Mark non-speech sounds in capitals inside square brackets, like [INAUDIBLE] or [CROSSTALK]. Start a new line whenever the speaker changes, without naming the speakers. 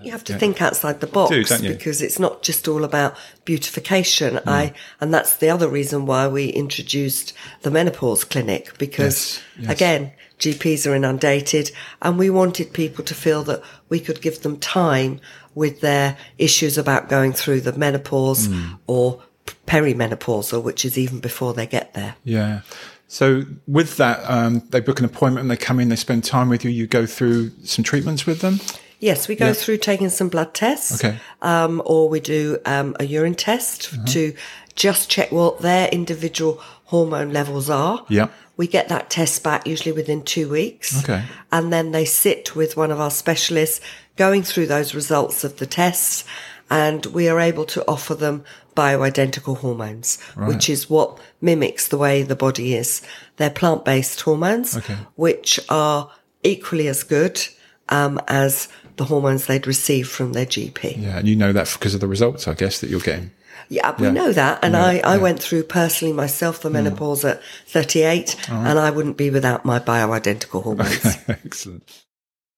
You have to think outside the box
do, don't Uh, you? Mm.
because it's not just all about beautification. I and that's the other reason why we introduced the menopause clinic because
Yes, yes.
again, GPs are inundated and we wanted people to feel that we could give them time with their issues about going through the menopause
Mm.
or perimenopausal, which is even before they get there.
Yeah. So with that, um, they book an appointment and they come in, they spend time with you, you go through some treatments with them.
Yes, we go through taking some blood tests.
Okay. Mm-hmm.
Um, or we do um, a urine test to just check what their individual hormone levels are.
Yeah.
We get that test back usually within two weeks.
Okay.
And then they sit with one of our specialists going through those results of the tests. And we are able to offer them bioidentical hormones, which is what mimics the way the body is. They're plant based hormones,
Okay.
which are equally as good um, as the hormones they'd receive from their GP.
Yeah. And you know that because of the results, I guess, that you're getting.
Yeah, we
Yeah.
know that. And
Yeah,
I, I
yeah. Mm.
went through personally myself the menopause at 38, and I wouldn't be without my bioidentical hormones.
[LAUGHS] Excellent.